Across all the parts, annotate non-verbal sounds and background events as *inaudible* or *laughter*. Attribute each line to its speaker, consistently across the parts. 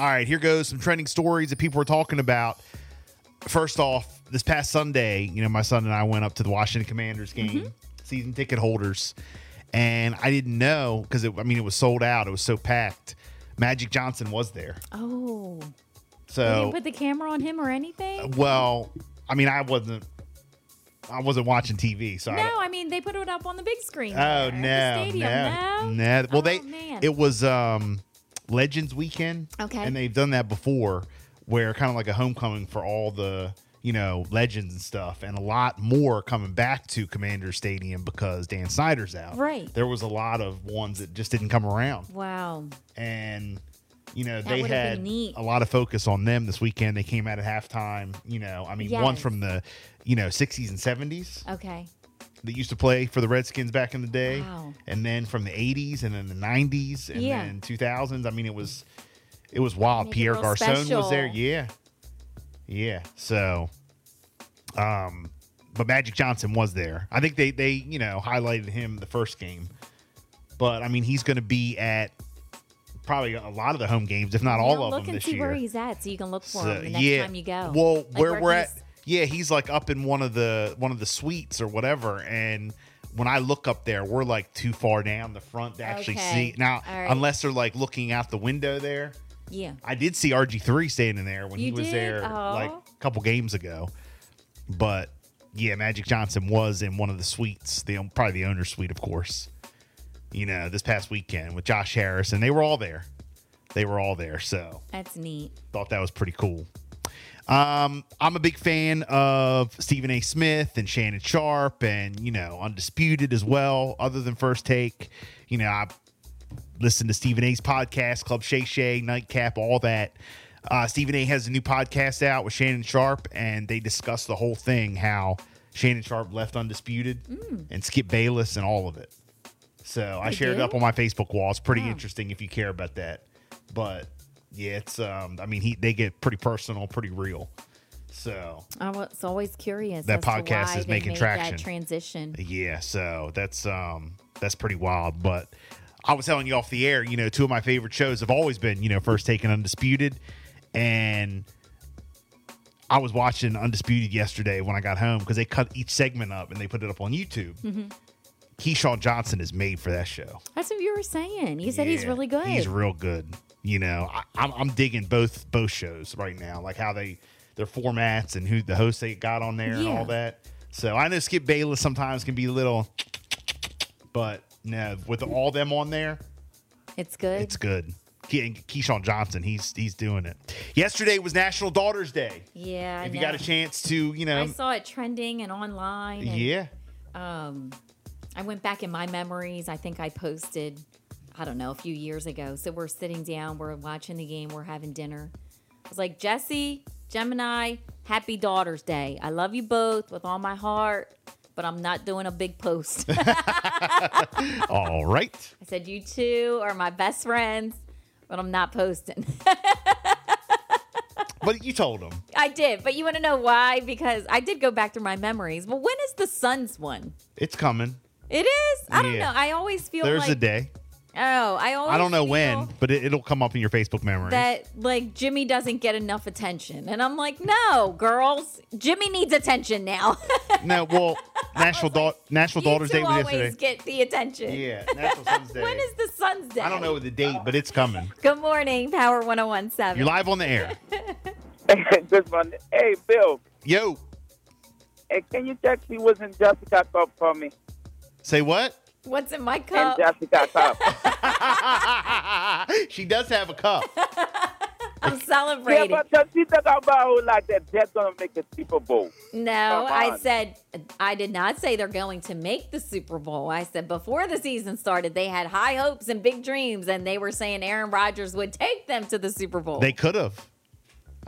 Speaker 1: All right, here goes some trending stories that people were talking about. First off, this past Sunday, you know, my son and I went up to the Washington Commanders game, season ticket holders, and I didn't know because I mean it was sold out. It was so packed. Magic Johnson was there,
Speaker 2: Oh. They
Speaker 1: so Oh,
Speaker 2: didn't put the camera on him or anything?
Speaker 1: well, I mean, I wasn't, I wasn't watching TV, so I
Speaker 2: No, I mean they put it up on the big screen.
Speaker 1: Oh
Speaker 2: there at
Speaker 1: no,
Speaker 2: the stadium.
Speaker 1: no,
Speaker 2: No,
Speaker 1: no. Well,
Speaker 2: Oh,
Speaker 1: they
Speaker 2: man.
Speaker 1: it was um Legends Weekend.
Speaker 2: Okay.
Speaker 1: and they've done that before, where kind of like a homecoming for all the you know legends and stuff, and a lot more coming back to Commander Stadium because Dan Snyder's out.
Speaker 2: Right.
Speaker 1: There was a lot of ones that just didn't come around,
Speaker 2: Wow.
Speaker 1: and you know they
Speaker 2: would've been
Speaker 1: had
Speaker 2: neat.
Speaker 1: a lot of focus on them this weekend. They came out at halftime. You know, I mean, ones
Speaker 2: Yes.
Speaker 1: from the you know 60s and 70s
Speaker 2: Okay.
Speaker 1: that used to play for the Redskins back in the day,
Speaker 2: Wow.
Speaker 1: and then from the '80s and then the '90s and
Speaker 2: Yeah.
Speaker 1: then 2000s. I mean, it was it was wild.
Speaker 2: Make it
Speaker 1: Pierre
Speaker 2: real
Speaker 1: Garcon was there.
Speaker 2: special.
Speaker 1: Yeah, yeah. So, um, but Magic Johnson was there. I think they they you know highlighted him the first game, but I mean he's going to be at probably a lot of the home games, if not
Speaker 2: Now
Speaker 1: all
Speaker 2: look
Speaker 1: of them
Speaker 2: and
Speaker 1: this
Speaker 2: see
Speaker 1: year.
Speaker 2: where he's at, so you can look for him the next
Speaker 1: yeah.
Speaker 2: time you go.
Speaker 1: Well,
Speaker 2: Oh, Like,
Speaker 1: where we're at,
Speaker 2: he's-
Speaker 1: yeah, he's like up in one of the one of the suites or whatever, and. When I look up there, we're like too far down the front to actually
Speaker 2: Okay.
Speaker 1: see. Now,
Speaker 2: All right.
Speaker 1: unless they're like looking out the window there,
Speaker 2: Yeah.
Speaker 1: I did see RG3 standing there when he
Speaker 2: You
Speaker 1: was
Speaker 2: did?
Speaker 1: there
Speaker 2: Aw.
Speaker 1: like a couple games ago. But yeah, Magic Johnson was in one of the suites, the probably the owner suite, of course. You know, this past weekend with Josh Harris, and they were all there. They were all there, so
Speaker 2: That's neat.
Speaker 1: thought that was pretty cool. Um, I'm a big fan of Stephen A. Smith and Shannon Sharp, and you know, Undisputed as well. Other than First Take, you know, I listen to Stephen A.'s podcast, Club Shay Shay, Nightcap, all that. Uh, Stephen A. has a new podcast out with Shannon Sharp, and they discuss the whole thing how Shannon Sharp left Undisputed and Skip Bayless and all of it. So I
Speaker 2: Mm. They
Speaker 1: shared it
Speaker 2: do?
Speaker 1: up on my Facebook wall. It's pretty
Speaker 2: Wow.
Speaker 1: interesting if you care about that. But yeah, it's um, I mean, he they get pretty personal, pretty real. So
Speaker 2: I was always curious.
Speaker 1: That
Speaker 2: as to
Speaker 1: podcast
Speaker 2: why
Speaker 1: is
Speaker 2: they
Speaker 1: making
Speaker 2: made
Speaker 1: traction.
Speaker 2: That transition.
Speaker 1: Yeah, so that's um that's pretty wild. But I was telling you off the air, you know, two of my favorite shows have always been, you know, First Take and Undisputed. And I was watching Undisputed yesterday when I got home because they cut each segment up and they put it up on YouTube. Keyshawn Johnson is made for that show.
Speaker 2: That's what you were saying. You said he's
Speaker 1: Yeah,
Speaker 2: really good.
Speaker 1: He's real good. You know, I, I'm, I'm digging both both shows right now, like how they their formats and who the hosts they got on there and
Speaker 2: Yeah.
Speaker 1: all that. So I know Skip Bayless sometimes can be a little, but no, with all them on there,
Speaker 2: it's good.
Speaker 1: it's good. Ke- and Keyshawn Johnson, he's he's doing it. Yesterday was National Daughters Day.
Speaker 2: yeah. I
Speaker 1: if you got
Speaker 2: know.
Speaker 1: a chance to, you know,
Speaker 2: I saw it trending and online. and,
Speaker 1: yeah,
Speaker 2: Um, I went back in my memories. I think I posted, I don't know, a few years ago. So we're sitting down, we're watching the game, we're having dinner. I was like, Jesse, Gemini, happy Daughter's Day. I love you both with all my heart, but I'm not doing a big post. *laughs* I
Speaker 1: all right.
Speaker 2: said, You two are my best friends, but I'm not posting. *laughs*
Speaker 1: But you told him.
Speaker 2: I did, but you want to know why? Because I did go back through my memories. Well, when is the Suns one?
Speaker 1: it's coming.
Speaker 2: It is. I don't
Speaker 1: Yeah.
Speaker 2: know. I always feel
Speaker 1: There's
Speaker 2: like
Speaker 1: a day.
Speaker 2: oh, I always.
Speaker 1: I don't know
Speaker 2: feel
Speaker 1: when, but it, it'll come up in your Facebook memories.
Speaker 2: that like Jimmy doesn't get enough attention, and I'm like, no, girls, Jimmy needs attention now. *laughs*
Speaker 1: No, well, National da- National
Speaker 2: you
Speaker 1: Daughters
Speaker 2: two
Speaker 1: Day was
Speaker 2: always
Speaker 1: yesterday.
Speaker 2: get the attention.
Speaker 1: yeah, National
Speaker 2: *laughs*
Speaker 1: Sons Day.
Speaker 2: When is the Suns Day?
Speaker 1: I don't know the date, but it's coming.
Speaker 2: Good morning, Power 1017.
Speaker 1: You're live on the air.
Speaker 3: *laughs* Good one. Hey, Bill.
Speaker 1: Yo,
Speaker 3: Hey, can you text me what's in Jessica Cup for me?
Speaker 1: say what? *laughs*
Speaker 2: What's in my
Speaker 3: And
Speaker 2: cup?
Speaker 3: Jessica Cup.
Speaker 1: she does have a cup.
Speaker 2: I'm
Speaker 3: yeah,
Speaker 2: celebrating.
Speaker 3: but does she talk about who like that they're gonna make a Super Bowl?
Speaker 2: No,
Speaker 3: Come
Speaker 2: I
Speaker 3: on.
Speaker 2: said I did not say they're going to make the Super Bowl. I said before the season started, they had high hopes and big dreams, and they were saying Aaron Rodgers would take them to the Super Bowl.
Speaker 1: They could have.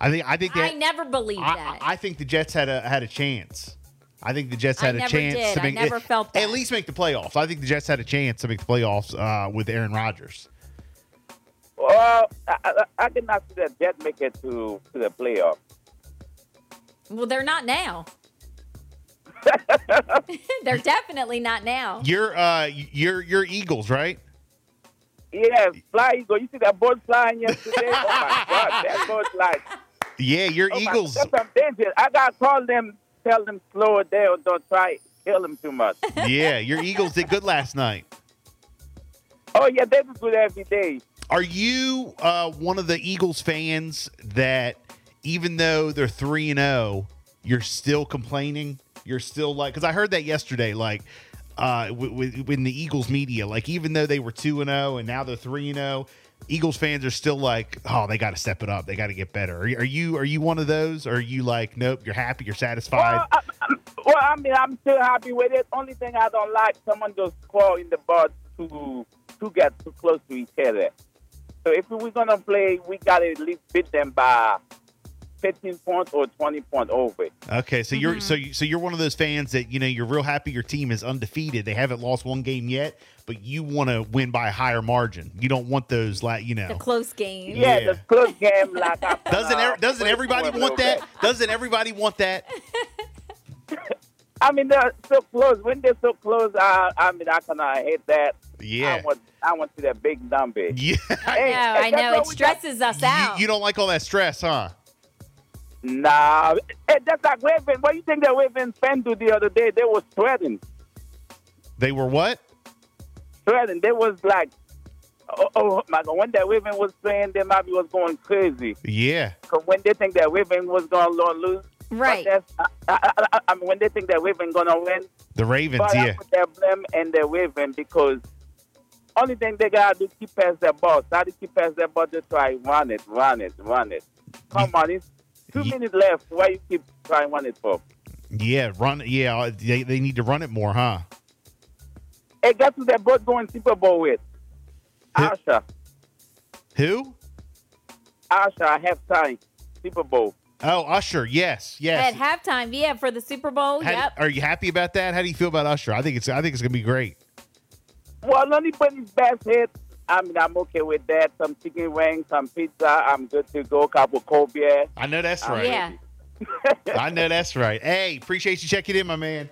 Speaker 1: I think. I think
Speaker 2: I
Speaker 1: that.
Speaker 2: never believed
Speaker 1: I,
Speaker 2: that.
Speaker 1: I think the Jets had a had a chance. I think the Jets
Speaker 2: I
Speaker 1: had a
Speaker 2: never
Speaker 1: chance
Speaker 2: did.
Speaker 1: to
Speaker 2: I
Speaker 1: make
Speaker 2: never felt
Speaker 1: at
Speaker 2: that.
Speaker 1: least make the playoffs. I think the Jets had a chance to make the playoffs uh, with Aaron Rodgers.
Speaker 3: Well, I, I, I cannot see that Jets make it to to the playoff.
Speaker 2: well, they're not
Speaker 3: *laughs*
Speaker 2: now. they're definitely not now.
Speaker 1: You're uh, you're you're Eagles, right?
Speaker 3: Yes, fly eagle. You see that bird flying yesterday? oh my God, that bird flies.
Speaker 1: Yeah, your
Speaker 3: Oh my- *laughs*
Speaker 1: Eagles.
Speaker 3: That's some danger. I gotta call them, tell them slow it down. Don't try it. kill them too much.
Speaker 1: yeah, your Eagles did good last night.
Speaker 3: oh yeah, they do good every day.
Speaker 1: Are you uh, one of the Eagles fans that even though they're 3 and 0, you're still complaining? You're still like cuz I heard that yesterday like uh w- w- in the Eagles media like even though they were 2 and 0 and now they're 3 and 0, Eagles fans are still like, "Oh, they got to step it up. They got to get better." Are, you- are you are you one of those? Or are you like, "Nope, you're happy, you're satisfied?"
Speaker 3: Well, I, I, well, I mean, I'm still happy with it. Only thing I don't like, someone just call in the board to to get too close to each other. So if we were gonna play, we gotta at least beat them by 15 points or 20 points over.
Speaker 1: Okay, so
Speaker 3: Mm-hmm.
Speaker 1: you're so you, so you're one of those fans that you know you're real happy your team is undefeated. They haven't lost one game yet, but you want to win by a higher margin. You don't want those like you
Speaker 2: The
Speaker 1: know.
Speaker 2: close game.
Speaker 1: Yeah.
Speaker 3: Yeah, the close game like I
Speaker 1: *laughs* Doesn't
Speaker 3: uh,
Speaker 1: er, doesn't
Speaker 3: wait
Speaker 1: everybody
Speaker 3: for a
Speaker 1: want
Speaker 3: little
Speaker 1: that?
Speaker 3: bit.
Speaker 1: Doesn't everybody want
Speaker 3: *laughs*
Speaker 1: that?
Speaker 3: I mean, they're so close. When they're so close, I I mean, I kind of hate that.
Speaker 1: Yeah,
Speaker 3: I want I want to see that big number.
Speaker 1: yeah.
Speaker 2: I
Speaker 3: Hey,
Speaker 2: know, I
Speaker 3: that's
Speaker 2: know.
Speaker 3: what
Speaker 2: It
Speaker 3: we got.
Speaker 2: stresses us
Speaker 1: You,
Speaker 2: out.
Speaker 1: you don't like all that stress, huh?
Speaker 3: Nah, hey, that's like Raven. What do you think that Raven fan do the other day? They was sweating,
Speaker 1: They were what?
Speaker 3: sweating. They was like, oh, oh my God! When that Raven was playing, they might be was going crazy.
Speaker 1: Yeah,
Speaker 3: Cause when they think that Raven was gonna lo- lose, but
Speaker 2: right.
Speaker 3: that's- I, I, I, I mean, when they think that Raven gonna win,
Speaker 1: the Ravens.
Speaker 3: but I
Speaker 1: Yeah,
Speaker 3: put their blame and their Raven because. Only thing they gotta do keep past their ball. Try to keep past their ball. Just try run it, run it, run it. Come on, it's two
Speaker 1: Ye-
Speaker 3: minutes left. Why you keep trying run it for?
Speaker 1: yeah. Run. Yeah, uh, they, they need to run it more, huh?
Speaker 3: Hey, guess who they're both going Super Bowl with?
Speaker 1: Who?
Speaker 3: Asha.
Speaker 1: Who?
Speaker 3: Asha, I have time. Super Bowl.
Speaker 1: Oh, Usher. Yes, yes.
Speaker 2: At halftime, yeah, for the Super Bowl.
Speaker 1: How-
Speaker 2: yep.
Speaker 1: Are you happy about that? How do you feel about Usher? I think it's I think it's gonna be great.
Speaker 3: Well, only put his best hit. I mean, I'm okay with that. Some chicken wings, some pizza. I'm good to go. Cup of cold beer.
Speaker 1: I know that's
Speaker 3: Oh,
Speaker 1: right.
Speaker 2: Yeah.
Speaker 1: I know that's right. Hey, appreciate you checking in, my man.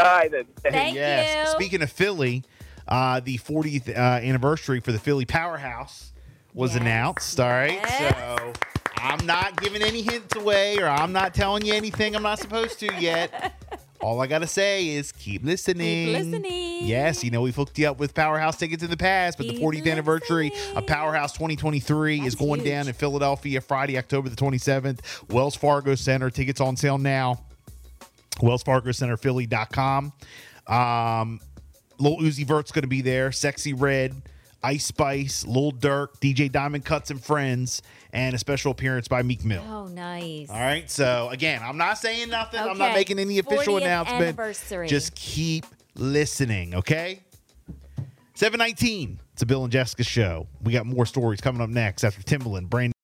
Speaker 3: All right, then.
Speaker 2: Thank you.
Speaker 1: Speaking of Philly, uh, the 40th uh, anniversary for the Philly Powerhouse was
Speaker 2: Yes.
Speaker 1: announced. All right.
Speaker 2: Yes.
Speaker 1: So I'm not giving any hints away or I'm not telling you anything I'm not supposed to
Speaker 2: *laughs*
Speaker 1: yet. All I got to say is keep listening.
Speaker 2: Keep listening.
Speaker 1: Yes, you know, we've hooked you up with Powerhouse tickets in the past, but the
Speaker 2: Keep
Speaker 1: 40th anniversary of
Speaker 2: listening.
Speaker 1: Powerhouse 2023 is
Speaker 2: That's
Speaker 1: going
Speaker 2: huge.
Speaker 1: down in Philadelphia Friday, October the 27th. Wells Fargo Center tickets on sale now. WellsFargoCenterPhilly.com. Um, Lil Uzi Vert's going to be there. Sexy Red, Ice Spice, Lil Durk, DJ Diamond Cuts and Friends, and a special appearance by Meek Mill.
Speaker 2: Oh, nice.
Speaker 1: All right. So again, I'm not saying nothing. I'm not
Speaker 2: Okay,
Speaker 1: making any official
Speaker 2: 40th
Speaker 1: announcement.
Speaker 2: anniversary.
Speaker 1: Just keep listening, okay? 719. It's a Bill and Jessica show. We got more stories coming up next after Timbaland, brand